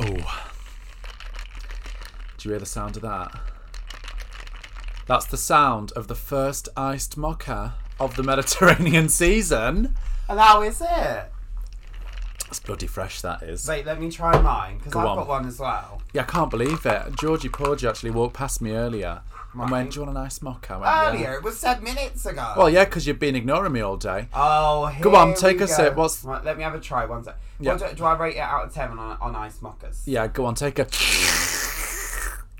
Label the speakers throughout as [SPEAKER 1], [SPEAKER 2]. [SPEAKER 1] Oh. Do you hear the sound of that? That's the sound of the first iced mocha of the Mediterranean season.
[SPEAKER 2] And how is it?
[SPEAKER 1] That's bloody fresh, that is.
[SPEAKER 2] Wait, let me try mine because
[SPEAKER 1] Go
[SPEAKER 2] I've
[SPEAKER 1] on.
[SPEAKER 2] got one as well.
[SPEAKER 1] Yeah, I can't believe it. Georgie Porgy actually walked past me earlier and
[SPEAKER 2] Right.
[SPEAKER 1] went, Do you want an iced mocha? I went,
[SPEAKER 2] Earlier,
[SPEAKER 1] Yeah.
[SPEAKER 2] it was ten minutes ago.
[SPEAKER 1] Well, yeah, because you've been ignoring me all day.
[SPEAKER 2] Oh, here
[SPEAKER 1] on,
[SPEAKER 2] we
[SPEAKER 1] take a
[SPEAKER 2] go.
[SPEAKER 1] sip. What's-
[SPEAKER 2] Right, let me have a try. One sec.
[SPEAKER 1] Yeah.
[SPEAKER 2] What do, do I rate it out of ten on, on ice mockers?
[SPEAKER 1] Yeah, go on, take a.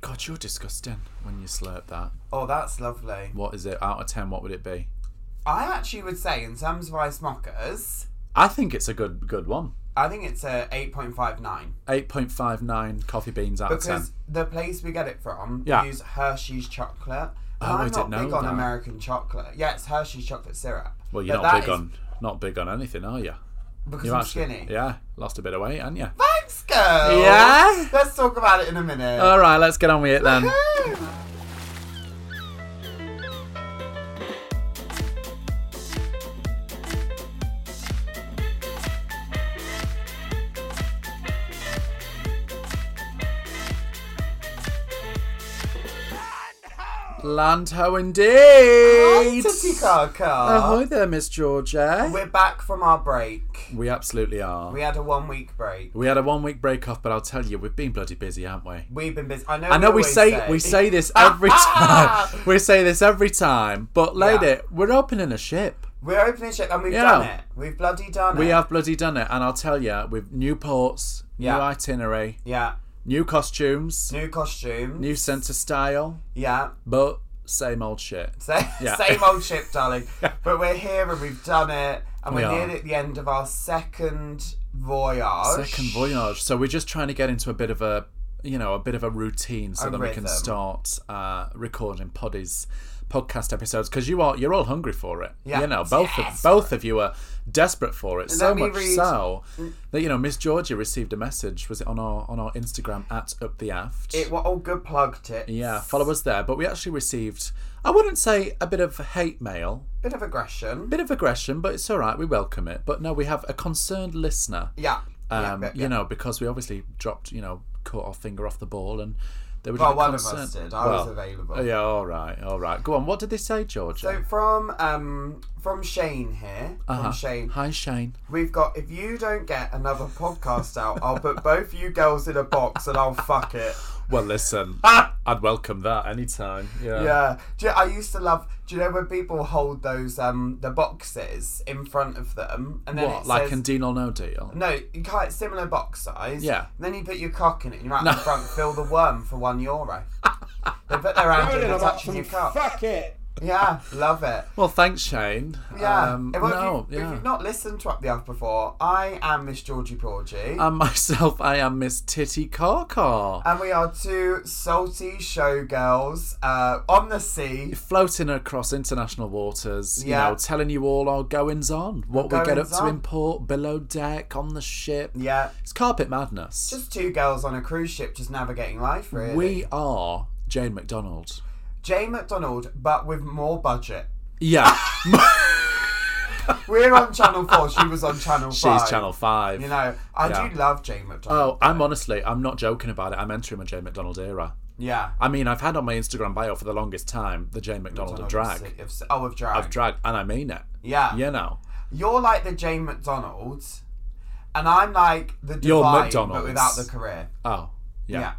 [SPEAKER 1] God, you're disgusting when you slurp that.
[SPEAKER 2] Oh, that's lovely.
[SPEAKER 1] What is it? Out of 10, what would it be?
[SPEAKER 2] I actually would say, in terms of ice mockers,
[SPEAKER 1] I think it's a good good one.
[SPEAKER 2] I think it's a eight point five nine
[SPEAKER 1] 8.59 coffee beans out of 10.
[SPEAKER 2] because the place we get it from
[SPEAKER 1] Yeah.
[SPEAKER 2] use Hershey's chocolate. And
[SPEAKER 1] Oh, I
[SPEAKER 2] I'm
[SPEAKER 1] didn't
[SPEAKER 2] not
[SPEAKER 1] know
[SPEAKER 2] big on
[SPEAKER 1] that.
[SPEAKER 2] American chocolate. Yeah, it's Hershey's chocolate syrup.
[SPEAKER 1] Well, you're
[SPEAKER 2] But
[SPEAKER 1] not
[SPEAKER 2] that
[SPEAKER 1] big
[SPEAKER 2] is
[SPEAKER 1] on not big on anything, are you?
[SPEAKER 2] because
[SPEAKER 1] You
[SPEAKER 2] I'm skinny.
[SPEAKER 1] yeah, lost a bit of weight, haven't you?
[SPEAKER 2] Thanks, girl.
[SPEAKER 1] Yeah? Uh,
[SPEAKER 2] Let's talk about it in a minute.
[SPEAKER 1] All right, let's get on with it then. Land ho
[SPEAKER 2] Hi,
[SPEAKER 1] indeed.
[SPEAKER 2] Titty Kaka.
[SPEAKER 1] Ahoy there, Miss Georgia.
[SPEAKER 2] We're back from our break.
[SPEAKER 1] We absolutely are.
[SPEAKER 2] We had a one week break.
[SPEAKER 1] We had a one week break off, but I'll tell you, we've been bloody busy, haven't we?
[SPEAKER 2] We've been busy. I know.
[SPEAKER 1] I know we
[SPEAKER 2] always
[SPEAKER 1] say, we say this every time. we say this every time, but lady,
[SPEAKER 2] Yeah.
[SPEAKER 1] we're opening a ship.
[SPEAKER 2] We're opening ship and we've
[SPEAKER 1] You
[SPEAKER 2] done
[SPEAKER 1] know.
[SPEAKER 2] it. We've bloody done
[SPEAKER 1] We
[SPEAKER 2] it.
[SPEAKER 1] have bloody done it, and I'll tell you, with new ports, new
[SPEAKER 2] Yeah.
[SPEAKER 1] itinerary,
[SPEAKER 2] Yeah.
[SPEAKER 1] new costumes,
[SPEAKER 2] New costume.
[SPEAKER 1] new sense of style,
[SPEAKER 2] Yeah.
[SPEAKER 1] but same old shit.
[SPEAKER 2] Same,
[SPEAKER 1] Yeah.
[SPEAKER 2] same old ship, darling. But we're here and we've done it, and
[SPEAKER 1] We
[SPEAKER 2] we're
[SPEAKER 1] are.
[SPEAKER 2] nearly at the end of our second voyage.
[SPEAKER 1] Second voyage. So we're just trying to get into a bit of a, you know, a bit of a routine, so
[SPEAKER 2] A
[SPEAKER 1] that we can
[SPEAKER 2] rhythm.
[SPEAKER 1] start uh, recording poddies, podcast episodes because you are you're all hungry for it.
[SPEAKER 2] Yeah.
[SPEAKER 1] You know, both of both of you are desperate for it. so
[SPEAKER 2] Let me
[SPEAKER 1] much
[SPEAKER 2] read- Mm.
[SPEAKER 1] so that you know Miss Georgia received a message. Was it on our on our Instagram at up the aft?
[SPEAKER 2] It what all good plug tips.
[SPEAKER 1] yeah, follow us there. But we actually received, I wouldn't say a bit of hate mail,
[SPEAKER 2] Bit of aggression.
[SPEAKER 1] bit of aggression, but it's all right. We welcome it. But no, we have a concerned listener
[SPEAKER 2] yeah. Yeah,
[SPEAKER 1] um,
[SPEAKER 2] yeah, yeah.
[SPEAKER 1] you know, because we obviously dropped, you know, cut our finger off the ball, and they were.
[SPEAKER 2] well,
[SPEAKER 1] just
[SPEAKER 2] one
[SPEAKER 1] concerned-
[SPEAKER 2] of us did. I was
[SPEAKER 1] Well,
[SPEAKER 2] available.
[SPEAKER 1] oh, Yeah, all right, all right. Go on. What did they say, Georgia?
[SPEAKER 2] So from um from Shane here,
[SPEAKER 1] Uh-huh.
[SPEAKER 2] from Shane,
[SPEAKER 1] Hi, Shane.
[SPEAKER 2] we've got if you don't get another podcast out, I'll put both you girls in a box and I'll fuck it.
[SPEAKER 1] Well, listen, I'd welcome that anytime. Yeah.
[SPEAKER 2] Yeah, do you, I used to love. Do you know when people hold those um the boxes in front of them and then
[SPEAKER 1] What,
[SPEAKER 2] it
[SPEAKER 1] like
[SPEAKER 2] says,
[SPEAKER 1] in Deal or No Deal?
[SPEAKER 2] no, you can't similar box size.
[SPEAKER 1] Yeah.
[SPEAKER 2] And then you put your cock in it. and You're out in front. Fill the worm for one euro. they put their hand in and touch your cup.
[SPEAKER 3] Fuck it.
[SPEAKER 2] Yeah, love it.
[SPEAKER 1] Well, thanks, Shane.
[SPEAKER 2] Yeah.
[SPEAKER 1] Um,
[SPEAKER 2] if, well, if
[SPEAKER 1] no.
[SPEAKER 2] you, if
[SPEAKER 1] yeah.
[SPEAKER 2] you've not listened to Up the Up before, I am Miss Georgie Porgy.
[SPEAKER 1] And myself, I am Miss Titty Car Car.
[SPEAKER 2] and we are two salty showgirls uh, on the sea.
[SPEAKER 1] floating across international waters, you
[SPEAKER 2] Yeah.
[SPEAKER 1] know, telling you all our goings on, what we get up to
[SPEAKER 2] Goings-on.
[SPEAKER 1] in port, below deck, on the ship.
[SPEAKER 2] Yeah.
[SPEAKER 1] It's carpet madness.
[SPEAKER 2] Just two girls on a cruise ship just navigating life, really.
[SPEAKER 1] we are Jane McDonald.
[SPEAKER 2] Jay McDonald, but with more budget.
[SPEAKER 1] Yeah,
[SPEAKER 2] We're on Channel 4, she was on Channel 5.
[SPEAKER 1] she's Channel 5.
[SPEAKER 2] You know, I
[SPEAKER 1] Yeah.
[SPEAKER 2] do love Jay McDonald.
[SPEAKER 1] oh, I'm honestly, I'm not joking about it. I'm entering my Jane McDonald era.
[SPEAKER 2] Yeah.
[SPEAKER 1] I mean, I've had on my Instagram bio for the longest time the Jane McDonald of drag.
[SPEAKER 2] Of, oh, of drag.
[SPEAKER 1] Of drag, and I mean it.
[SPEAKER 2] yeah.
[SPEAKER 1] You know.
[SPEAKER 2] You're like the Jay McDonald, and I'm like the
[SPEAKER 1] You're
[SPEAKER 2] Divine, but
[SPEAKER 1] McDonald's.
[SPEAKER 2] without the career.
[SPEAKER 1] Oh, yeah. Yeah,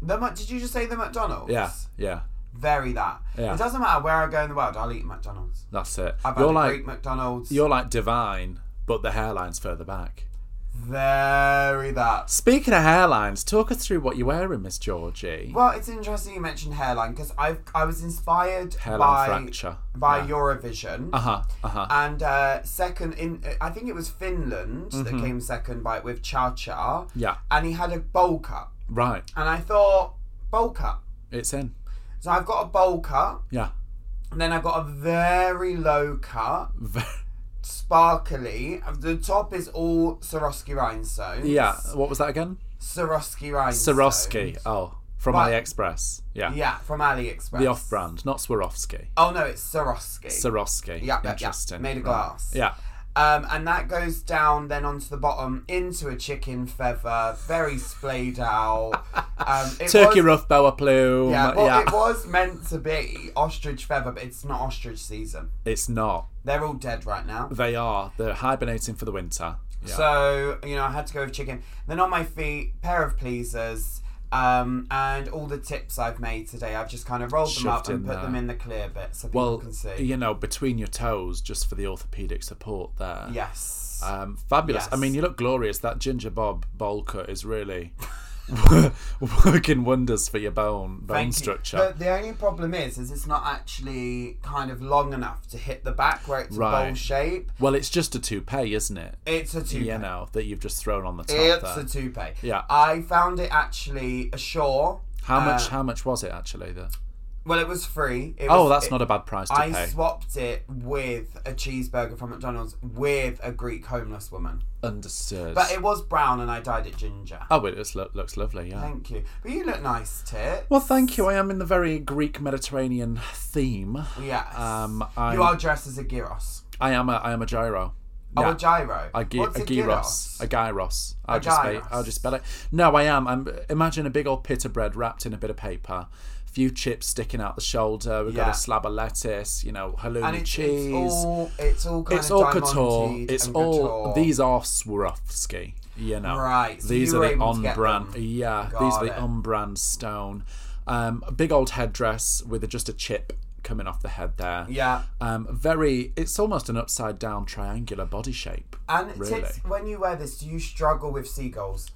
[SPEAKER 2] The Mc- did you just say the McDonald's?
[SPEAKER 1] yeah.
[SPEAKER 2] Very that.
[SPEAKER 1] Yeah.
[SPEAKER 2] It doesn't matter where I go in the world, I'll eat McDonald's.
[SPEAKER 1] That's it.
[SPEAKER 2] I've had
[SPEAKER 1] You're
[SPEAKER 2] a
[SPEAKER 1] like
[SPEAKER 2] Greek McDonald's.
[SPEAKER 1] you're like divine, but the hairline's further back.
[SPEAKER 2] Very that.
[SPEAKER 1] Speaking of hairlines, talk us through what you're wearing, Miss Georgie.
[SPEAKER 2] Well, it's interesting you mentioned hairline because I I was inspired
[SPEAKER 1] Hairline
[SPEAKER 2] by
[SPEAKER 1] fracture.
[SPEAKER 2] by Eurovision.
[SPEAKER 1] Uh huh. Uh huh.
[SPEAKER 2] And uh, second in, I think it was Finland that came second by with Cha Cha.
[SPEAKER 1] Mm-hmm. Yeah.
[SPEAKER 2] And he had a bowl cut,
[SPEAKER 1] Right.
[SPEAKER 2] and I thought bowl cut.
[SPEAKER 1] It's in.
[SPEAKER 2] So I've got a bowl cut,
[SPEAKER 1] Yeah.
[SPEAKER 2] and then I've got a very low cut, sparkly. The top is all Swarovski rhinestones.
[SPEAKER 1] yeah. What was that again?
[SPEAKER 2] Swarovski rhinestones.
[SPEAKER 1] Swarovski. Oh, from
[SPEAKER 2] Right.
[SPEAKER 1] AliExpress. Yeah.
[SPEAKER 2] Yeah, from AliExpress.
[SPEAKER 1] The off-brand, not Swarovski.
[SPEAKER 2] Oh no, it's Swarovski.
[SPEAKER 1] Swarovski.
[SPEAKER 2] Yeah, yeah, yeah.
[SPEAKER 1] Interesting.
[SPEAKER 2] Made of
[SPEAKER 1] Right.
[SPEAKER 2] glass.
[SPEAKER 1] Yeah.
[SPEAKER 2] Um, and that goes down then onto the bottom into a chicken feather, very splayed out. Um, it
[SPEAKER 1] Turkey
[SPEAKER 2] was-
[SPEAKER 1] rough boa plume. Uh,
[SPEAKER 2] Yeah, well,
[SPEAKER 1] yeah.
[SPEAKER 2] it was meant to be ostrich feather, but it's not ostrich season.
[SPEAKER 1] It's not.
[SPEAKER 2] They're all dead right now.
[SPEAKER 1] They are. They're hibernating for the winter. Yeah.
[SPEAKER 2] So, you know, I had to go with chicken. Then on my feet, pair of pleasers, um, and all the tips I've made today, I've just kind of rolled them up
[SPEAKER 1] Shoved
[SPEAKER 2] and
[SPEAKER 1] in
[SPEAKER 2] put
[SPEAKER 1] there.
[SPEAKER 2] them in the clear bit so people
[SPEAKER 1] well,
[SPEAKER 2] can see.
[SPEAKER 1] you know, between your toes, just for the orthopedic support there.
[SPEAKER 2] Yes.
[SPEAKER 1] Um, fabulous. I
[SPEAKER 2] Yes.
[SPEAKER 1] mean, you look glorious. That ginger bob bowl cut is really working wonders for your bone bone
[SPEAKER 2] Thank you.
[SPEAKER 1] structure.
[SPEAKER 2] But the only problem is, is it's not actually kind of long enough to hit the back where it's a bowl
[SPEAKER 1] Right.
[SPEAKER 2] shape.
[SPEAKER 1] Well, it's just a toupee, isn't it?
[SPEAKER 2] It's a toupee.
[SPEAKER 1] You know that you've just thrown on the top
[SPEAKER 2] it's
[SPEAKER 1] there.
[SPEAKER 2] a toupee.
[SPEAKER 1] Yeah.
[SPEAKER 2] I found it actually ashore.
[SPEAKER 1] how much?
[SPEAKER 2] Uh,
[SPEAKER 1] how much was it actually? The...
[SPEAKER 2] well, it was free. It
[SPEAKER 1] Oh,
[SPEAKER 2] was-
[SPEAKER 1] that's
[SPEAKER 2] it-
[SPEAKER 1] not a bad price to
[SPEAKER 2] I
[SPEAKER 1] pay.
[SPEAKER 2] swapped it with a cheeseburger from McDonald's with a Greek homeless woman.
[SPEAKER 1] Understood.
[SPEAKER 2] But it was brown and I dyed it ginger.
[SPEAKER 1] oh, it just lo- looks lovely. Yeah.
[SPEAKER 2] Thank you. But you look nice, Tit.
[SPEAKER 1] Well, thank you. I am in the very Greek Mediterranean theme.
[SPEAKER 2] Yes.
[SPEAKER 1] Um, I'm,
[SPEAKER 2] you are dressed as a gyros.
[SPEAKER 1] I am a I am a gyro.
[SPEAKER 2] Oh,
[SPEAKER 1] Yeah.
[SPEAKER 2] a gyro.
[SPEAKER 1] A, gy-
[SPEAKER 2] What's
[SPEAKER 1] a gyros. A gyros. I'll
[SPEAKER 2] A
[SPEAKER 1] just
[SPEAKER 2] gyros.
[SPEAKER 1] Be, I'll just spell it. No, I am. I'm. Imagine a big old pita bread wrapped in a bit of paper. Few chips sticking out the shoulder. We've
[SPEAKER 2] Yeah.
[SPEAKER 1] got a slab of lettuce. You know, halloumi
[SPEAKER 2] And it's,
[SPEAKER 1] cheese.
[SPEAKER 2] it's all it's all kind
[SPEAKER 1] it's
[SPEAKER 2] of
[SPEAKER 1] all
[SPEAKER 2] diamond
[SPEAKER 1] couture. It's
[SPEAKER 2] and
[SPEAKER 1] all
[SPEAKER 2] couture.
[SPEAKER 1] these are Swarovski. You know,
[SPEAKER 2] Right, so
[SPEAKER 1] these
[SPEAKER 2] you were
[SPEAKER 1] are the
[SPEAKER 2] able to
[SPEAKER 1] on
[SPEAKER 2] get
[SPEAKER 1] brand.
[SPEAKER 2] them.
[SPEAKER 1] Yeah,
[SPEAKER 2] Got
[SPEAKER 1] these are
[SPEAKER 2] it.
[SPEAKER 1] the on brand stone. Um, a big old headdress with just a chip coming off the head there.
[SPEAKER 2] Yeah,
[SPEAKER 1] Um, very. It's almost an upside down triangular body shape.
[SPEAKER 2] and
[SPEAKER 1] Really?
[SPEAKER 2] tits, when you wear this, do you struggle with seagulls?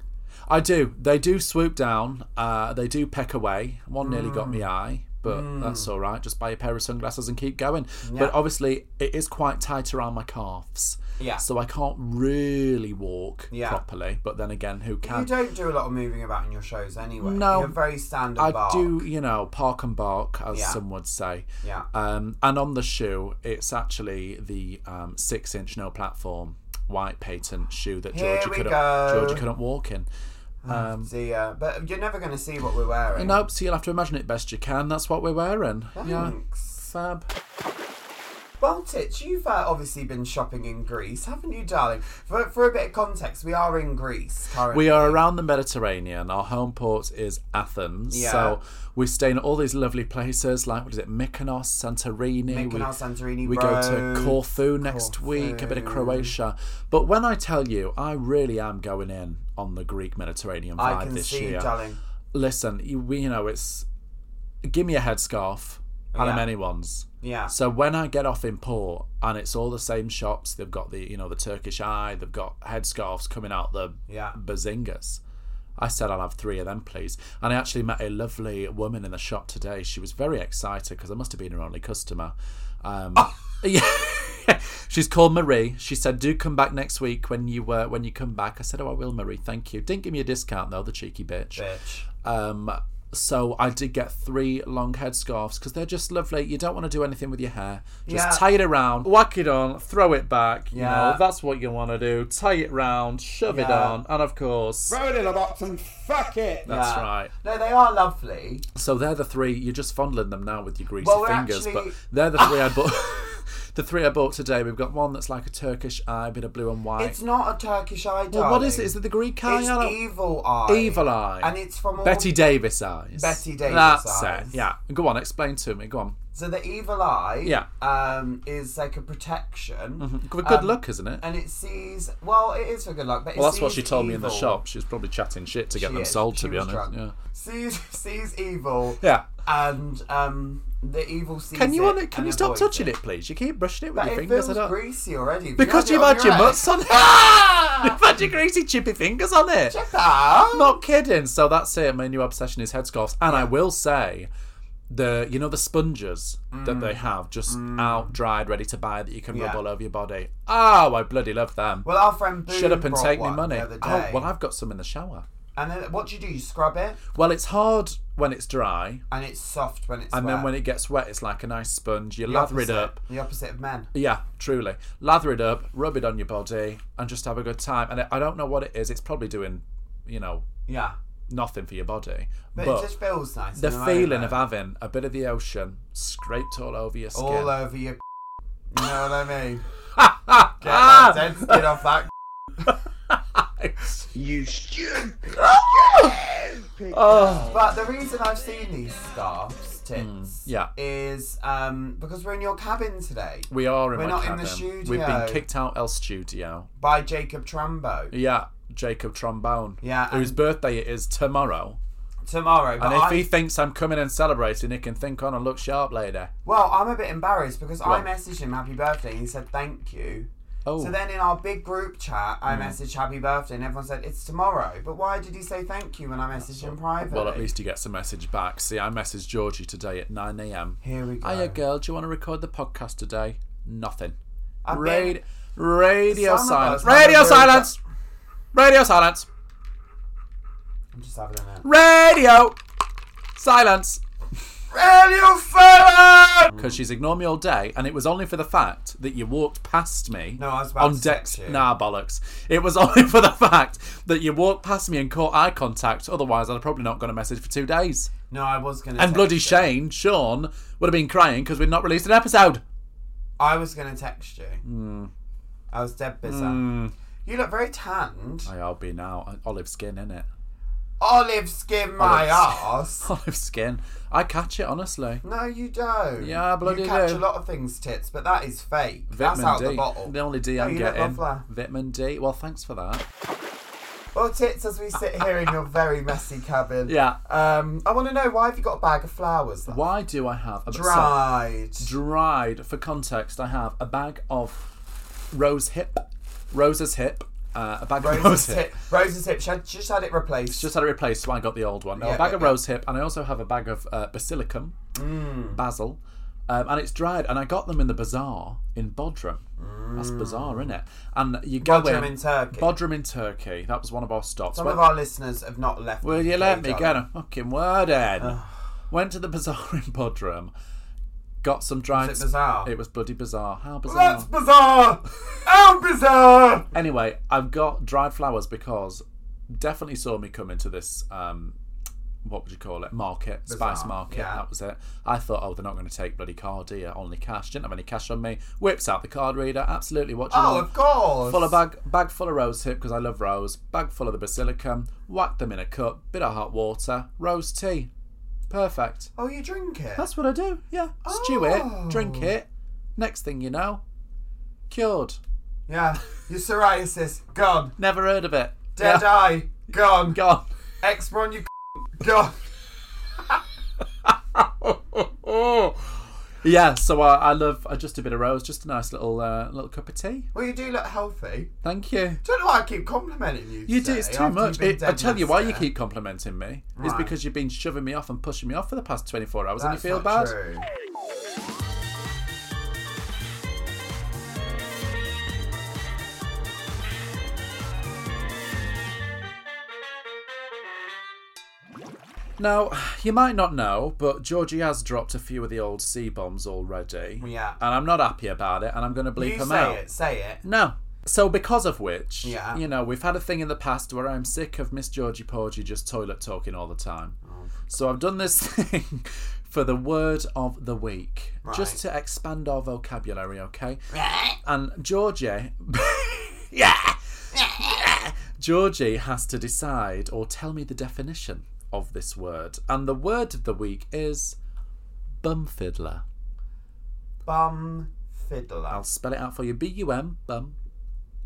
[SPEAKER 1] I do. They do swoop down. Uh, they do peck away. One nearly got
[SPEAKER 2] Mm.
[SPEAKER 1] me eye, but that's all right. Just buy a pair of sunglasses and keep going.
[SPEAKER 2] Yeah.
[SPEAKER 1] But obviously, it is quite tight around my calves.
[SPEAKER 2] Yeah.
[SPEAKER 1] So I can't really walk
[SPEAKER 2] Yeah.
[SPEAKER 1] properly. But then again, who
[SPEAKER 2] You
[SPEAKER 1] can?
[SPEAKER 2] don't do a lot of moving about in your shows anyway.
[SPEAKER 1] Uh, No.
[SPEAKER 2] you're very standard.
[SPEAKER 1] I
[SPEAKER 2] bark.
[SPEAKER 1] do, you know, park and bark, as
[SPEAKER 2] Yeah.
[SPEAKER 1] some would say.
[SPEAKER 2] Yeah.
[SPEAKER 1] Um, and on the shoe, it's actually the um, six-inch no platform white patent shoe that
[SPEAKER 2] Here
[SPEAKER 1] Georgia
[SPEAKER 2] we
[SPEAKER 1] couldn't
[SPEAKER 2] go.
[SPEAKER 1] Georgia couldn't walk in. Um,
[SPEAKER 2] See, uh, but you're never going to see what we're wearing.
[SPEAKER 1] Nope, so you'll have to imagine it best you can. That's what we're wearing. Yeah.
[SPEAKER 2] Thanks.
[SPEAKER 1] Fab.
[SPEAKER 2] Well, Titch, you've uh, obviously been shopping in Greece, haven't you, darling? For, for a bit of context, we are in Greece currently.
[SPEAKER 1] We are around the Mediterranean. Our home port is Athens.
[SPEAKER 2] Yeah.
[SPEAKER 1] So we stay in all these lovely places like, what is it, Mykonos, Santorini.
[SPEAKER 2] Mykonos,
[SPEAKER 1] we,
[SPEAKER 2] Santorini,
[SPEAKER 1] we go to
[SPEAKER 2] Rhodes.
[SPEAKER 1] Corfu next week, a bit of
[SPEAKER 2] Corfu.
[SPEAKER 1] Croatia. But when I tell you, I really am going in on the Greek Mediterranean vibe
[SPEAKER 2] I can
[SPEAKER 1] this
[SPEAKER 2] see,
[SPEAKER 1] year.
[SPEAKER 2] darling.
[SPEAKER 1] Listen, you, we, you know, it's give me a headscarf and I'm
[SPEAKER 2] Yeah.
[SPEAKER 1] anyone's.
[SPEAKER 2] Yeah.
[SPEAKER 1] So when I get off in port and it's all the same shops, they've got the you know the Turkish eye, they've got headscarves coming out the
[SPEAKER 2] Yeah.
[SPEAKER 1] bazingas. I said I'll have three of them, please. And I actually met a lovely woman in the shop today. She was very excited because I must have been her only customer. Um, yeah. She's called Marie. She said, "Do come back next week when you uh, when you come back." I said, "Oh, I will, Marie. Thank you." Didn't give me a discount though, the cheeky bitch.
[SPEAKER 2] Bitch.
[SPEAKER 1] Um, so I did get three long head scarves because they're just lovely. You don't want to do anything with your hair. Just
[SPEAKER 2] Yeah.
[SPEAKER 1] tie it around, whack it on, throw it back. You
[SPEAKER 2] Yeah.
[SPEAKER 1] know, that's what you want to do. Tie it round, shove it
[SPEAKER 2] Yeah.
[SPEAKER 1] on, and of course,
[SPEAKER 3] Throw it in a box and fuck it.
[SPEAKER 1] that's
[SPEAKER 2] Yeah.
[SPEAKER 1] right.
[SPEAKER 2] No, they are lovely.
[SPEAKER 1] So they're the three. You're just fondling them now with your greasy
[SPEAKER 2] Well, we're
[SPEAKER 1] fingers,
[SPEAKER 2] actually-
[SPEAKER 1] but they're the three I bought. the three I bought today. We've got one that's like a Turkish eye, bit of blue and white.
[SPEAKER 2] It's not a Turkish eye, darling.
[SPEAKER 1] well, what is it? Is it the Greek eye?
[SPEAKER 2] It's
[SPEAKER 1] I don't-
[SPEAKER 2] evil eye.
[SPEAKER 1] Evil eye.
[SPEAKER 2] And it's from all-
[SPEAKER 1] Betty Davis eyes.
[SPEAKER 2] Betty Davis
[SPEAKER 1] That's
[SPEAKER 2] eyes.
[SPEAKER 1] it. Yeah. Go on. Explain to me. Go on.
[SPEAKER 2] So the evil eye.
[SPEAKER 1] Yeah. Mm-hmm.
[SPEAKER 2] Um, is like a protection.
[SPEAKER 1] Good, good
[SPEAKER 2] Um,
[SPEAKER 1] luck, isn't it?
[SPEAKER 2] And it sees. Well, it is for good luck. But it
[SPEAKER 1] Well, that's what she
[SPEAKER 2] sees
[SPEAKER 1] told me in the
[SPEAKER 2] evil.
[SPEAKER 1] shop. She was probably chatting shit to get
[SPEAKER 2] She
[SPEAKER 1] them
[SPEAKER 2] is.
[SPEAKER 1] sold,
[SPEAKER 2] She
[SPEAKER 1] to be
[SPEAKER 2] was
[SPEAKER 1] honest.
[SPEAKER 2] drunk.
[SPEAKER 1] Yeah.
[SPEAKER 2] Sees sees evil.
[SPEAKER 1] Yeah.
[SPEAKER 2] And um, the evil sees.
[SPEAKER 1] Can you
[SPEAKER 2] it
[SPEAKER 1] on it? Can
[SPEAKER 2] and
[SPEAKER 1] you stop
[SPEAKER 2] avoids
[SPEAKER 1] touching
[SPEAKER 2] it?
[SPEAKER 1] it, please? You keep brushing it with
[SPEAKER 2] But
[SPEAKER 1] your
[SPEAKER 2] it
[SPEAKER 1] fingers. I
[SPEAKER 2] feels
[SPEAKER 1] don't-
[SPEAKER 2] greasy already.
[SPEAKER 1] because you've had your mutts on it. you've had your greasy, chippy fingers on it.
[SPEAKER 2] Ah!
[SPEAKER 1] Not kidding. So that's it. My new obsession is headscarves, and I will say, the you know the sponges that they have just out dried, ready to buy that you can rub
[SPEAKER 2] Mm. Yeah.
[SPEAKER 1] all over your body. Oh, I bloody love them.
[SPEAKER 2] Well, our friend Boone
[SPEAKER 1] Shut up and
[SPEAKER 2] brought
[SPEAKER 1] take me
[SPEAKER 2] one
[SPEAKER 1] money.
[SPEAKER 2] The other day.
[SPEAKER 1] Oh, well, I've got some in the shower.
[SPEAKER 2] And then what do you do? You scrub it,
[SPEAKER 1] Well, it's hard when it's dry,
[SPEAKER 2] and it's soft when it's.
[SPEAKER 1] and then when it gets wet, it's like a nice sponge. You lather it up.
[SPEAKER 2] The opposite of men.
[SPEAKER 1] Yeah, truly. Lather it up, rub it on your body, and just have a good time. And I- I don't know what it is. It's probably doing, you know,
[SPEAKER 2] Yeah,
[SPEAKER 1] nothing for your body.
[SPEAKER 2] but,
[SPEAKER 1] But,
[SPEAKER 2] it just feels nice.
[SPEAKER 1] the
[SPEAKER 2] in
[SPEAKER 1] feeling
[SPEAKER 2] moment.
[SPEAKER 1] of having a bit of the ocean scraped all over your skin.
[SPEAKER 2] all over your. you know what I mean? Get
[SPEAKER 1] Ah!
[SPEAKER 2] that dead skin off that.
[SPEAKER 4] You stupid. stupid.
[SPEAKER 1] oh.
[SPEAKER 2] But the reason I've seen these scarves, tips,
[SPEAKER 1] Mm, yeah.
[SPEAKER 2] is um, because we're in your cabin today
[SPEAKER 1] We are in
[SPEAKER 2] We're
[SPEAKER 1] my
[SPEAKER 2] not in the
[SPEAKER 1] cabin.
[SPEAKER 2] studio.
[SPEAKER 1] We've been kicked out El Studio.
[SPEAKER 2] by Jacob Trambo
[SPEAKER 1] Yeah, Jacob Trombone.
[SPEAKER 2] Yeah,
[SPEAKER 1] Whose
[SPEAKER 2] and-
[SPEAKER 1] birthday it is tomorrow.
[SPEAKER 2] tomorrow. But
[SPEAKER 1] And if
[SPEAKER 2] I,
[SPEAKER 1] he thinks I'm coming and celebrating, he can think on and look sharp later.
[SPEAKER 2] well, I'm a bit embarrassed because I
[SPEAKER 1] What?
[SPEAKER 2] messaged him happy birthday and he said thank you.
[SPEAKER 1] Oh,
[SPEAKER 2] So then in our big group chat,
[SPEAKER 1] Mm.
[SPEAKER 2] I messaged happy birthday and everyone said it's tomorrow. But why did he say thank you when I messaged him privately?
[SPEAKER 1] well, at least he gets a message back. See, I messaged Georgie today at 9 a.m.
[SPEAKER 2] Here we go.
[SPEAKER 1] Hiya, girl. Do you want to record the podcast today? Nothing.
[SPEAKER 2] I've
[SPEAKER 1] Rad-
[SPEAKER 2] been-
[SPEAKER 1] radio
[SPEAKER 2] Some of
[SPEAKER 1] silence.
[SPEAKER 2] us have
[SPEAKER 1] Radio
[SPEAKER 2] a very-
[SPEAKER 1] silence. Radio silence.
[SPEAKER 2] I'm just having a minute.
[SPEAKER 1] Radio silence.
[SPEAKER 2] Radio Fallon!
[SPEAKER 1] Because she's ignored me all day, and it was only for the fact that you walked past me.
[SPEAKER 2] No, I was about
[SPEAKER 1] on
[SPEAKER 2] to
[SPEAKER 1] deck.
[SPEAKER 2] text you.
[SPEAKER 1] Nah, bollocks. It was only for the fact that you walked past me and caught eye contact. Otherwise, I'd probably not got a message for two days.
[SPEAKER 2] No, I was gonna.
[SPEAKER 1] And
[SPEAKER 2] text
[SPEAKER 1] bloody
[SPEAKER 2] you.
[SPEAKER 1] Shane, Sean, would have been crying because we'd not released an episode.
[SPEAKER 2] I was gonna text you.
[SPEAKER 1] Hmm.
[SPEAKER 2] I was dead busy. You look very tanned.
[SPEAKER 1] I- I'll be
[SPEAKER 2] uh,
[SPEAKER 1] now. Olive skin, innit?
[SPEAKER 2] Olive skin my
[SPEAKER 1] Olive
[SPEAKER 2] ass.
[SPEAKER 1] Olive skin. I catch it, honestly.
[SPEAKER 2] No, you don't.
[SPEAKER 1] Yeah, I bloody
[SPEAKER 2] You catch
[SPEAKER 1] do.
[SPEAKER 2] a lot of things, tits, but that is fake. That's
[SPEAKER 1] Vitamin
[SPEAKER 2] out
[SPEAKER 1] D.
[SPEAKER 2] the bottle.
[SPEAKER 1] The only D
[SPEAKER 2] No,
[SPEAKER 1] I'm
[SPEAKER 2] you look
[SPEAKER 1] getting.
[SPEAKER 2] lovely.
[SPEAKER 1] Vitamin D. Well, thanks for that.
[SPEAKER 2] Well, tits, as we sit here in your very messy cabin.
[SPEAKER 1] Yeah.
[SPEAKER 2] Um, I want to know why have you got a bag of flowers? Then?
[SPEAKER 1] Why do I have a so-
[SPEAKER 2] Dried.
[SPEAKER 1] dried. For context, I have a bag of rose hip, rose's hip, uh, a bag of
[SPEAKER 2] Rose's
[SPEAKER 1] rose hip.
[SPEAKER 2] tip. Rose's tip. She had, she just had it replaced.
[SPEAKER 1] Just had it replaced, so I got the old one. Now,
[SPEAKER 2] Yeah,
[SPEAKER 1] a bag
[SPEAKER 2] yeah,
[SPEAKER 1] of
[SPEAKER 2] yeah.
[SPEAKER 1] rose hip, and I also have a bag of uh, basilicum,
[SPEAKER 2] Mm.
[SPEAKER 1] basil, um, and it's dried. And I got them in the bazaar in Bodrum. That's bizarre, isn't it? And you go
[SPEAKER 2] Mm. Bodrum
[SPEAKER 1] in,
[SPEAKER 2] in Turkey.
[SPEAKER 1] Bodrum in Turkey. That was one of our stops.
[SPEAKER 2] Some
[SPEAKER 1] Went-
[SPEAKER 2] of our listeners have not left.
[SPEAKER 1] Will you
[SPEAKER 2] the
[SPEAKER 1] let
[SPEAKER 2] UK,
[SPEAKER 1] me get
[SPEAKER 2] darling.
[SPEAKER 1] a fucking word in? Went to the bazaar in Bodrum, got some dried.
[SPEAKER 2] Was it bizarre?
[SPEAKER 1] It was bloody bizarre. How bizarre!
[SPEAKER 2] That's bizarre. How bizarre.
[SPEAKER 1] Anyway, I've got dried flowers because definitely saw me come into this. Um, what would you call it? Market, spice
[SPEAKER 2] Bazaar,
[SPEAKER 1] market.
[SPEAKER 2] yeah.
[SPEAKER 1] That was it. I thought, oh, they're not going to take bloody card here, only cash. Didn't have any cash on me. Whips out the card reader. Absolutely, what do you
[SPEAKER 2] Oh,
[SPEAKER 1] want?
[SPEAKER 2] of course.
[SPEAKER 1] Full of bag, bag full of rose hip because I love rose. Bag full of the basilicum. Whack them in a cup. Bit of hot water. Rose tea. Perfect.
[SPEAKER 2] Oh, you drink it.
[SPEAKER 1] That's what I do. Yeah. Stew it. Drink
[SPEAKER 2] Oh.
[SPEAKER 1] it. Next thing you know, cured.
[SPEAKER 2] Yeah. Your psoriasis gone.
[SPEAKER 1] Never heard of it.
[SPEAKER 2] Dead
[SPEAKER 1] Yeah.
[SPEAKER 2] eye gone.
[SPEAKER 1] Gone.
[SPEAKER 2] Expron, you gone.
[SPEAKER 1] Oh. yeah. So I, I love uh, just a bit of rose. Just a nice little uh, little cup of tea.
[SPEAKER 2] Well, you do look healthy.
[SPEAKER 1] Thank you.
[SPEAKER 2] Don't know why I keep complimenting you.
[SPEAKER 1] You do.
[SPEAKER 2] today
[SPEAKER 1] It's too
[SPEAKER 2] after you've
[SPEAKER 1] much.
[SPEAKER 2] been
[SPEAKER 1] It, I
[SPEAKER 2] dead
[SPEAKER 1] tell you why you
[SPEAKER 2] nasty.
[SPEAKER 1] keep complimenting me. It's
[SPEAKER 2] Right.
[SPEAKER 1] because you've been shoving me off and pushing me off for the past 24 hours,
[SPEAKER 2] That's
[SPEAKER 1] and you feel bad.
[SPEAKER 2] not true.
[SPEAKER 1] Now, you might not know, but Georgie has dropped a few of the old C bombs already.
[SPEAKER 2] Yeah.
[SPEAKER 1] And I'm not happy about it, and I'm going to bleep
[SPEAKER 2] You
[SPEAKER 1] them
[SPEAKER 2] say
[SPEAKER 1] out.
[SPEAKER 2] it. Say it.
[SPEAKER 1] No. So, because of which,
[SPEAKER 2] Yeah.
[SPEAKER 1] you know, we've had a thing in the past where I'm sick of Miss Georgie Porgy just toilet talking all the time. so, I've done this thing for the word of the week, just to expand our vocabulary, okay? And Georgie. yeah! Georgie has to decide or tell me the definition of this word. And the word of the week is bum fiddler.
[SPEAKER 2] Bum fiddler.
[SPEAKER 1] I'll spell it out for you. B U M bum.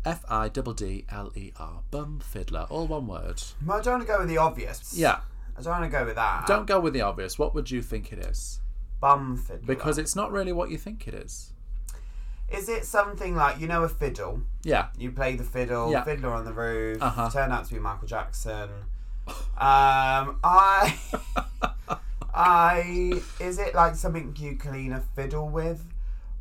[SPEAKER 1] F I double D L E R bum fiddler, all one word.
[SPEAKER 2] Well, I don't want to go with the obvious.
[SPEAKER 1] Yeah,
[SPEAKER 2] I don't want to go with that.
[SPEAKER 1] don't go with the obvious. What would you think it is?
[SPEAKER 2] Bum fiddler.
[SPEAKER 1] Because it's not really what you think it is.
[SPEAKER 2] Is it something like, you know, a fiddle?
[SPEAKER 1] Yeah,
[SPEAKER 2] You play the fiddle,
[SPEAKER 1] Yeah.
[SPEAKER 2] Fiddler on the Roof,
[SPEAKER 1] Uh-huh.
[SPEAKER 2] turned out to be Michael Jackson. Um, I. I. Is it like something you clean a fiddle with?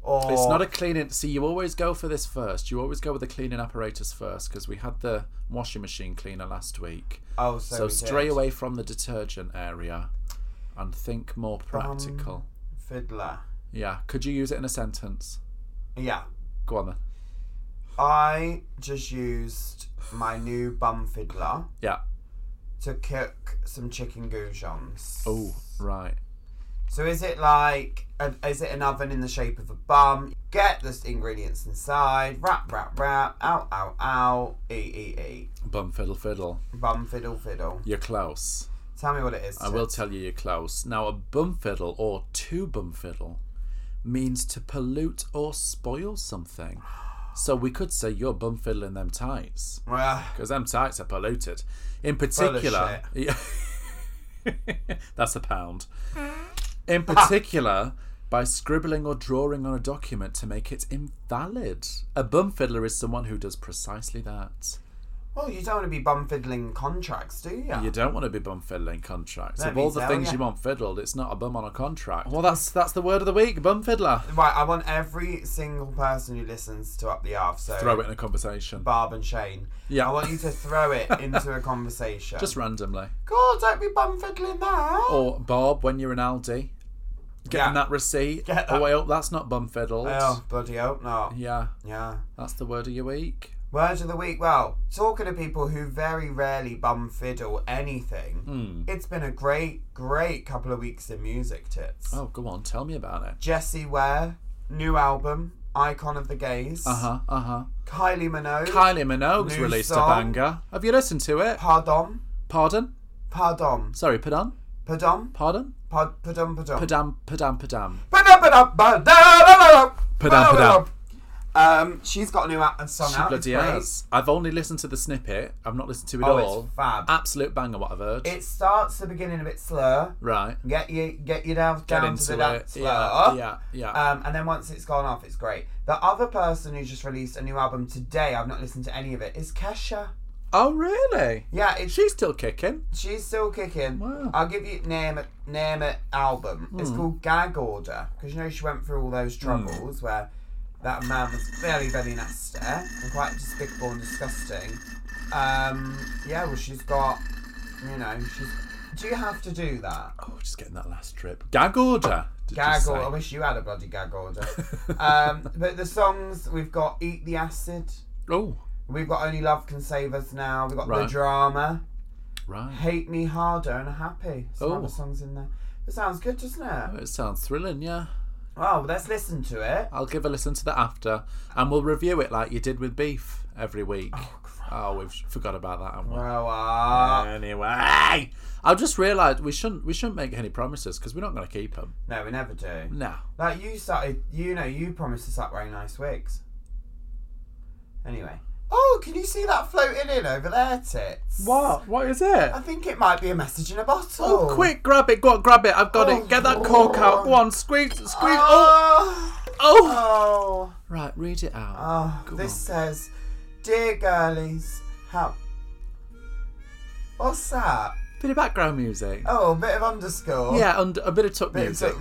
[SPEAKER 2] Or.
[SPEAKER 1] it's not a cleaning. See, you always go for this first. You always go with the cleaning apparatus first because we had the washing machine cleaner last week.
[SPEAKER 2] Oh, so,
[SPEAKER 1] So
[SPEAKER 2] we
[SPEAKER 1] stray
[SPEAKER 2] did.
[SPEAKER 1] away from the detergent area and think more practical.
[SPEAKER 2] Fiddler.
[SPEAKER 1] yeah, could you use it in a sentence?
[SPEAKER 2] Yeah.
[SPEAKER 1] Go on then.
[SPEAKER 2] I just used my new bum fiddler
[SPEAKER 1] Yeah.
[SPEAKER 2] to cook some chicken goujons.
[SPEAKER 1] Oh, right.
[SPEAKER 2] So is it like a, is it an oven in the shape of a bum? Get the ingredients inside. Wrap, wrap, wrap. Out, out, out. E, e, e.
[SPEAKER 1] Bum fiddle fiddle.
[SPEAKER 2] Bum fiddle fiddle.
[SPEAKER 1] You're close.
[SPEAKER 2] Tell me what it is.
[SPEAKER 1] I will tell you you're close. Now, a bum fiddle or to bum fiddle means to pollute or spoil something. So we could say you're bum fiddling them tights
[SPEAKER 2] Well,
[SPEAKER 1] because them tights are polluted. In
[SPEAKER 2] of
[SPEAKER 1] particular, Yeah. that's a pound. In particular, by scribbling or drawing on a document to make it invalid. A bum fiddler is someone who does precisely that.
[SPEAKER 2] well, you don't want to be bum fiddling contracts, do you?
[SPEAKER 1] You don't want to be bum fiddling contracts.
[SPEAKER 2] Let
[SPEAKER 1] of
[SPEAKER 2] me
[SPEAKER 1] all the
[SPEAKER 2] tell
[SPEAKER 1] things
[SPEAKER 2] ya.
[SPEAKER 1] you want fiddled, it's not a bum on a contract. Well, that's that's the word of the week, bum fiddler.
[SPEAKER 2] Right, I want every single person who listens to Up the Arf, so
[SPEAKER 1] Throw it in a conversation,
[SPEAKER 2] Barb and Shane.
[SPEAKER 1] Yeah.
[SPEAKER 2] I want you to throw it into a conversation.
[SPEAKER 1] just randomly.
[SPEAKER 2] God, don't be bum fiddling that.
[SPEAKER 1] Or Bob, when you're in Aldi,
[SPEAKER 2] yeah.
[SPEAKER 1] getting that receipt.
[SPEAKER 2] Get that-
[SPEAKER 1] Oh, well, that's not bum fiddled.
[SPEAKER 2] Oh, bloody hope not.
[SPEAKER 1] Yeah,
[SPEAKER 2] Yeah.
[SPEAKER 1] that's the word of your week.
[SPEAKER 2] Words of the week. Well, talking to people who very rarely bum fiddle anything,
[SPEAKER 1] Mm. Hmm.
[SPEAKER 2] it's been a great, great couple of weeks in music tits.
[SPEAKER 1] Oh, go on, tell me about it.
[SPEAKER 2] Jessie Ware, new album, Icon of the Gays.
[SPEAKER 1] Uh huh, uh huh.
[SPEAKER 2] Kylie Minogue,
[SPEAKER 1] Kylie Minogue's
[SPEAKER 2] New
[SPEAKER 1] released
[SPEAKER 2] song.
[SPEAKER 1] a banger. Have you listened to it?
[SPEAKER 2] Pardon,
[SPEAKER 1] Pardon?
[SPEAKER 2] Pardon,
[SPEAKER 1] Sorry, pardon?
[SPEAKER 2] Pardon,
[SPEAKER 1] Pardon?
[SPEAKER 2] Pardon, Pardon, Pardon.
[SPEAKER 1] Padam, padam, padam.
[SPEAKER 2] Padam, padam, padam, padam,
[SPEAKER 1] Padam, padam.
[SPEAKER 2] Um, she's got a new a- a song
[SPEAKER 1] She
[SPEAKER 2] out.
[SPEAKER 1] bloody
[SPEAKER 2] it's great.
[SPEAKER 1] has. I've only listened to the snippet. I've not listened to it
[SPEAKER 2] Oh, it's
[SPEAKER 1] all.
[SPEAKER 2] fab.
[SPEAKER 1] Absolute banger, what I've heard.
[SPEAKER 2] It starts the beginning a bit slower.
[SPEAKER 1] right.
[SPEAKER 2] Get you, get you down,
[SPEAKER 1] Get
[SPEAKER 2] down to
[SPEAKER 1] into
[SPEAKER 2] the
[SPEAKER 1] it.
[SPEAKER 2] dance
[SPEAKER 1] yeah,
[SPEAKER 2] floor. Up.
[SPEAKER 1] yeah, yeah.
[SPEAKER 2] Um, and then once it's gone off, it's great. The other person who's just released a new album today, I've not listened to any of it, is Kesha.
[SPEAKER 1] oh, really?
[SPEAKER 2] Yeah, it's,
[SPEAKER 1] She's still kicking.
[SPEAKER 2] she's still kicking.
[SPEAKER 1] Wow. Hmm.
[SPEAKER 2] I'll give you name it name it album. It's called Gag Order because you know she went through all those troubles where that man was very very nasty and quite despicable and disgusting. Um, yeah, well she's got, you know, she's. Do you have to do that?
[SPEAKER 1] Oh, just getting that last trip. Gag order. did you
[SPEAKER 2] gag
[SPEAKER 1] say?
[SPEAKER 2] order. I wish you had a bloody gag order. um, but the songs we've got Eat the Acid.
[SPEAKER 1] Oh,
[SPEAKER 2] We've got Only Love Can Save Us Now. We've got The
[SPEAKER 1] Right.
[SPEAKER 2] Drama.
[SPEAKER 1] right.
[SPEAKER 2] Hate Me Harder and Happy. Some
[SPEAKER 1] Oh.
[SPEAKER 2] other songs in there. It sounds good, doesn't
[SPEAKER 1] Oh,
[SPEAKER 2] it?
[SPEAKER 1] it sounds thrilling, yeah.
[SPEAKER 2] Well, let's listen to it.
[SPEAKER 1] I'll give a listen to that after, and we'll review it like you did with beef every week. Oh, we've forgot about that. haven't we?
[SPEAKER 2] Well, uh,
[SPEAKER 1] Anyway, I just realised we shouldn't we shouldn't make any promises because we're not going to keep them.
[SPEAKER 2] no, we never do.
[SPEAKER 1] No.
[SPEAKER 2] Like, you started, you know, you promised us up very nice wigs. Anyway. Oh, can you see that floating in over there, tits?
[SPEAKER 1] What is it?
[SPEAKER 2] I think it might be a message in a bottle.
[SPEAKER 1] Oh, quick, grab it, go on, grab it. I've got
[SPEAKER 2] Oh,
[SPEAKER 1] it. Get that cork out. Go on, squeeze, squeeze. Oh,
[SPEAKER 2] Oh!
[SPEAKER 1] oh.
[SPEAKER 2] Oh!
[SPEAKER 1] Right, read it out.
[SPEAKER 2] Oh,
[SPEAKER 1] Go
[SPEAKER 2] this
[SPEAKER 1] on.
[SPEAKER 2] says, Dear girlies, how. What's that?
[SPEAKER 1] Bit of background music.
[SPEAKER 2] Oh, a bit of underscore.
[SPEAKER 1] Yeah, and a bit of tuck
[SPEAKER 2] Oh. Bit of
[SPEAKER 1] music.
[SPEAKER 2] tick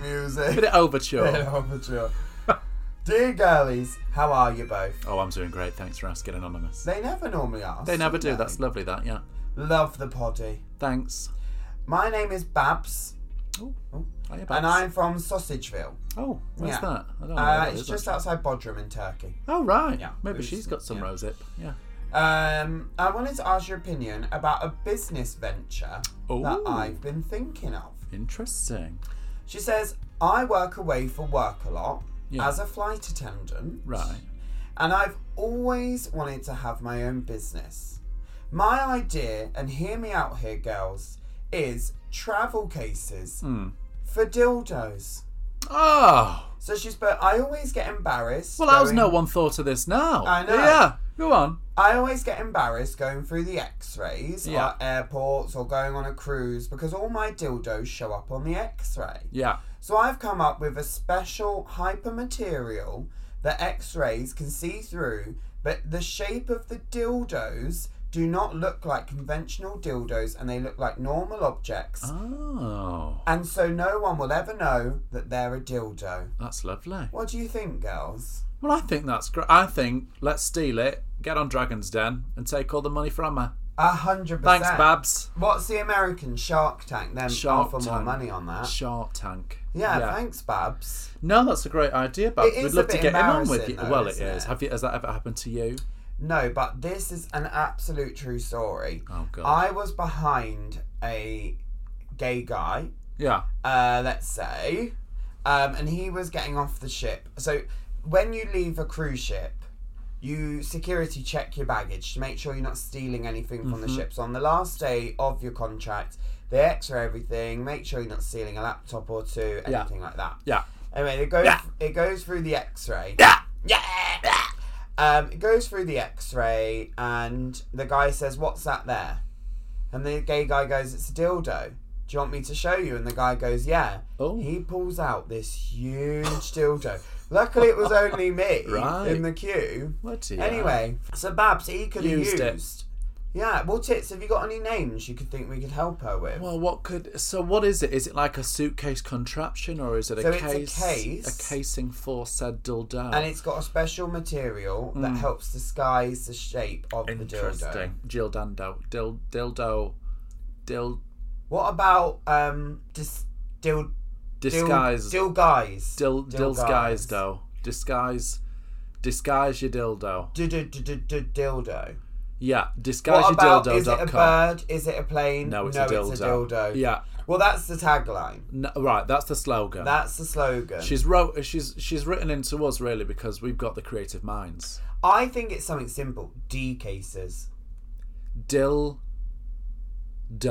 [SPEAKER 2] music.
[SPEAKER 1] Bit of
[SPEAKER 2] Bit
[SPEAKER 1] overture.
[SPEAKER 2] of overture. Dear girlies, how are you both?
[SPEAKER 1] Oh, I'm doing great. Thanks for asking, Anonymous.
[SPEAKER 2] They never normally ask.
[SPEAKER 1] They never do.
[SPEAKER 2] they?
[SPEAKER 1] That's lovely, that, yeah.
[SPEAKER 2] Love the poddy.
[SPEAKER 1] Thanks.
[SPEAKER 2] My name is Babs,
[SPEAKER 1] Oh, hiya,
[SPEAKER 2] and
[SPEAKER 1] Babs.
[SPEAKER 2] I'm from Sausageville.
[SPEAKER 1] Oh, where's
[SPEAKER 2] Yeah.
[SPEAKER 1] that? I don't know. where
[SPEAKER 2] Uh,
[SPEAKER 1] that
[SPEAKER 2] it's
[SPEAKER 1] is,
[SPEAKER 2] just
[SPEAKER 1] actually.
[SPEAKER 2] outside Bodrum in Turkey.
[SPEAKER 1] Oh, right.
[SPEAKER 2] Yeah,
[SPEAKER 1] Maybe
[SPEAKER 2] it's-
[SPEAKER 1] she's got some
[SPEAKER 2] yeah.
[SPEAKER 1] rosehip. Yeah.
[SPEAKER 2] Um, I wanted to ask your opinion about a business venture that
[SPEAKER 1] Ooh.
[SPEAKER 2] I've been thinking of.
[SPEAKER 1] Interesting.
[SPEAKER 2] She says, I work away for work a lot
[SPEAKER 1] Yeah.
[SPEAKER 2] as a flight attendant,
[SPEAKER 1] Right.
[SPEAKER 2] and I've always wanted to have my own business. My idea, and hear me out here, girls, is travel cases
[SPEAKER 1] Hmm.
[SPEAKER 2] for dildos.
[SPEAKER 1] Oh.
[SPEAKER 2] So she's, but I always get embarrassed.
[SPEAKER 1] Well, how's
[SPEAKER 2] going-
[SPEAKER 1] no one thought of this now?
[SPEAKER 2] I know.
[SPEAKER 1] Yeah. Go on.
[SPEAKER 2] I always get embarrassed going through the X-rays
[SPEAKER 1] Yeah.
[SPEAKER 2] at airports or going on a cruise because all my dildos show up on the X-ray.
[SPEAKER 1] Yeah.
[SPEAKER 2] So I've come up with a special hyper material that x rays can see through, but the shape of the dildos do not look like conventional dildos and they look like normal objects.
[SPEAKER 1] Ah. Oh.
[SPEAKER 2] And so no one will ever know that they're a dildo.
[SPEAKER 1] That's lovely.
[SPEAKER 2] What do you think, girls?
[SPEAKER 1] Well, I think that's great. I think let's steal it, get on Dragon's Den, and take all the money from her.
[SPEAKER 2] A hundred percent.
[SPEAKER 1] Thanks, Babs.
[SPEAKER 2] What's the American Shark Tank then?
[SPEAKER 1] Shark
[SPEAKER 2] offer more
[SPEAKER 1] Tank.
[SPEAKER 2] money on that.
[SPEAKER 1] Shark Tank.
[SPEAKER 2] yeah, thanks, Babs.
[SPEAKER 1] No, that's a great idea, Babs.
[SPEAKER 2] It is
[SPEAKER 1] We'd
[SPEAKER 2] a
[SPEAKER 1] love to
[SPEAKER 2] bit
[SPEAKER 1] get in on with
[SPEAKER 2] embarrassing
[SPEAKER 1] you.
[SPEAKER 2] though,
[SPEAKER 1] well, it
[SPEAKER 2] isn't
[SPEAKER 1] is.
[SPEAKER 2] it?
[SPEAKER 1] Have you? Has that ever happened to you?
[SPEAKER 2] No, but this is an
[SPEAKER 1] Ah.
[SPEAKER 2] absolute true story.
[SPEAKER 1] Oh God.
[SPEAKER 2] I was behind a gay guy
[SPEAKER 1] Yeah.
[SPEAKER 2] uh, let's say, um, and he was getting off the ship. So when you leave a cruise ship, you security check your baggage to make sure you're not stealing anything from the ship. So on the last day of your contract, they X-ray everything, make sure you're not stealing a laptop or two,
[SPEAKER 1] Yeah.
[SPEAKER 2] anything like that.
[SPEAKER 1] Yeah.
[SPEAKER 2] Anyway, it goes
[SPEAKER 1] Yeah.
[SPEAKER 2] it goes through the X-ray.
[SPEAKER 1] Yeah.
[SPEAKER 2] Yeah. Um, it goes through the X-ray, and the guy says, "What's that there?" And the gay guy goes, "It's a dildo. Do you want me to show you?" And the guy goes, "Yeah."
[SPEAKER 1] Oh.
[SPEAKER 2] He pulls out this huge dildo. Luckily, it was only me
[SPEAKER 1] Right.
[SPEAKER 2] in the queue.
[SPEAKER 1] What do you
[SPEAKER 2] Anyway, so Babs, he could have
[SPEAKER 1] Used
[SPEAKER 2] used.
[SPEAKER 1] it.
[SPEAKER 2] Yeah. Well, tits. Have you got any names you could think we could help her with?
[SPEAKER 1] Well, what could so what is it? Is it like a suitcase contraption, or is it a
[SPEAKER 2] So it's a
[SPEAKER 1] case,
[SPEAKER 2] case.
[SPEAKER 1] a casing for said dildo?
[SPEAKER 2] and it's got a special material that helps disguise the shape of the dildo.
[SPEAKER 1] Hmm. interesting. Jill Dando, dil, dildo, dil,
[SPEAKER 2] What about um dis- dil
[SPEAKER 1] disguise,
[SPEAKER 2] dil, dil guys
[SPEAKER 1] dil, disguise, though, disguise, disguise your dildo.
[SPEAKER 2] Du- du- du- du- du- dildo.
[SPEAKER 1] Yeah,
[SPEAKER 2] What about
[SPEAKER 1] disguisedildildo.com.
[SPEAKER 2] is it a bird? Is it a plane?
[SPEAKER 1] No, it's a dildo.
[SPEAKER 2] dildo.
[SPEAKER 1] Yeah,
[SPEAKER 2] Well, that's the tagline.
[SPEAKER 1] no, right. That's the slogan.
[SPEAKER 2] That's the slogan.
[SPEAKER 1] she's wrote. She's she's written into us really because we've got the creative minds.
[SPEAKER 2] I think it's something simple. D cases.
[SPEAKER 1] Dill, do.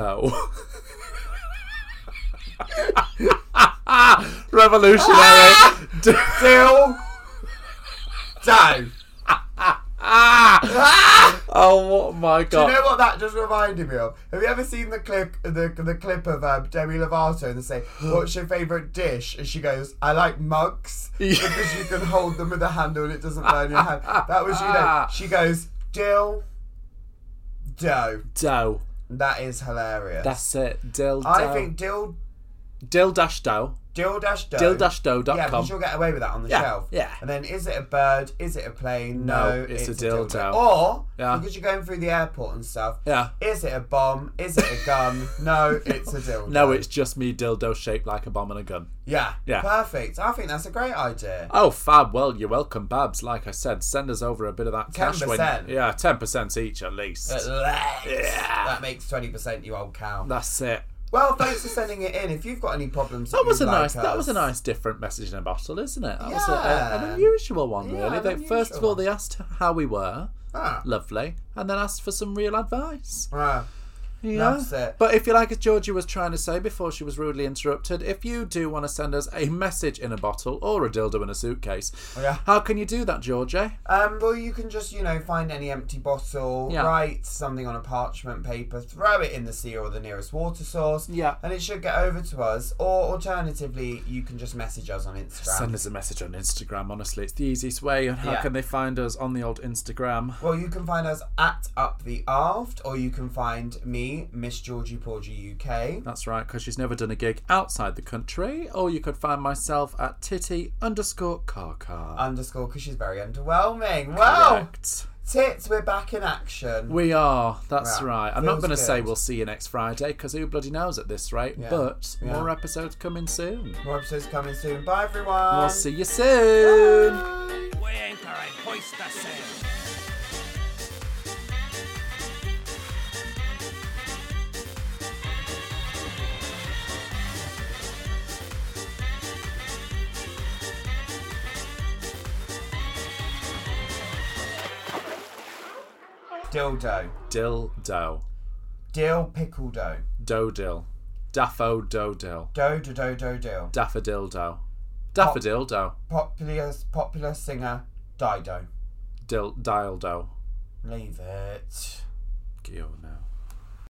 [SPEAKER 1] Revolutionary. D-
[SPEAKER 2] Dill. do.
[SPEAKER 1] oh my god.
[SPEAKER 2] You know what that just reminded me of? Have you ever seen the clip the, the clip of um, Demi Lovato and they say, "What's your favourite dish?" and she goes, "I like mugs because you can hold them with a handle and it doesn't burn your hand." That was you know. She goes, "Dill, dough."
[SPEAKER 1] Dough.
[SPEAKER 2] That is hilarious.
[SPEAKER 1] That's it. Dill.
[SPEAKER 2] I
[SPEAKER 1] dough.
[SPEAKER 2] think dill
[SPEAKER 1] Dill dash dough.
[SPEAKER 2] dill dash dough.
[SPEAKER 1] Dill dash dough dot
[SPEAKER 2] Yeah,
[SPEAKER 1] com.
[SPEAKER 2] because you'll get away with that on the
[SPEAKER 1] Yeah,
[SPEAKER 2] shelf.
[SPEAKER 1] yeah.
[SPEAKER 2] And then, is it a bird? Is it a plane?
[SPEAKER 1] No,
[SPEAKER 2] No,
[SPEAKER 1] it's a dildo.
[SPEAKER 2] Or
[SPEAKER 1] Yeah.
[SPEAKER 2] because you're going through the airport and stuff.
[SPEAKER 1] Yeah.
[SPEAKER 2] Is it a bomb? Is it a gun? no, it's a dildo.
[SPEAKER 1] No, it's just me dildo shaped like a bomb and a gun.
[SPEAKER 2] yeah,
[SPEAKER 1] Yeah.
[SPEAKER 2] perfect. I think that's a great idea.
[SPEAKER 1] Oh, fab. Well, you're welcome, Babs. Like I said, send us over a bit of that cash. When,
[SPEAKER 2] 10%.
[SPEAKER 1] yeah, 10% each at least.
[SPEAKER 2] At least. That makes twenty percent, you old cow.
[SPEAKER 1] That's it.
[SPEAKER 2] Well, thanks for sending it in. If you've got any problems,
[SPEAKER 1] That was a nice. That was a nice different message in a bottle, isn't it? That was a, a- an
[SPEAKER 2] Yeah.
[SPEAKER 1] unusual one,
[SPEAKER 2] Yeah,
[SPEAKER 1] really.
[SPEAKER 2] an
[SPEAKER 1] they, first of
[SPEAKER 2] unusual
[SPEAKER 1] all, they asked how we were,
[SPEAKER 2] Ah,
[SPEAKER 1] lovely, and then asked for some real advice.
[SPEAKER 2] ah.
[SPEAKER 1] Yeah.
[SPEAKER 2] That's it.
[SPEAKER 1] But if you like, as Georgie was trying to say before she was rudely interrupted, if you do want to send us a message in a bottle or a dildo in a suitcase,
[SPEAKER 2] Yeah.
[SPEAKER 1] how can you do that, Georgie?
[SPEAKER 2] Um, well, you can just, you know, find any empty bottle,
[SPEAKER 1] Yeah.
[SPEAKER 2] write something on a parchment paper, throw it in the sea or the nearest water source,
[SPEAKER 1] Yeah.
[SPEAKER 2] and it should get over to us. Or alternatively, you can just message us on Instagram.
[SPEAKER 1] Send us a message on Instagram. Honestly, it's the easiest way. And how
[SPEAKER 2] Yeah.
[SPEAKER 1] can they find us on the old Instagram?
[SPEAKER 2] well, you can find us at Up the Aft, or you can find me, Miss Georgie Porgy UK.
[SPEAKER 1] That's right, because she's never done a gig outside the country. Or you could find myself at titty underscore car car.
[SPEAKER 2] Underscore because she's very underwhelming. Well,
[SPEAKER 1] Correct.
[SPEAKER 2] tits, we're back in action.
[SPEAKER 1] We are. That's
[SPEAKER 2] Right.
[SPEAKER 1] right. I'm not
[SPEAKER 2] Feels
[SPEAKER 1] going to say
[SPEAKER 2] good.
[SPEAKER 1] we'll see you next Friday because who bloody knows at this rate. But
[SPEAKER 2] Yeah.
[SPEAKER 1] more episodes coming soon.
[SPEAKER 2] More episodes coming soon. Bye, everyone.
[SPEAKER 1] We'll see you soon.
[SPEAKER 5] We ain't gonna hoist the sail.
[SPEAKER 2] Dildo.
[SPEAKER 1] Dill do.
[SPEAKER 2] Dill pickle dough.
[SPEAKER 1] Do dill. Daffo do dill.
[SPEAKER 2] Dough, do, do, do, dill.
[SPEAKER 1] Daffodil
[SPEAKER 2] Oh.
[SPEAKER 1] do. Daffodil do.
[SPEAKER 2] popular popular singer Dido.
[SPEAKER 1] Dill dial do.
[SPEAKER 2] Leave it.
[SPEAKER 1] Geo now.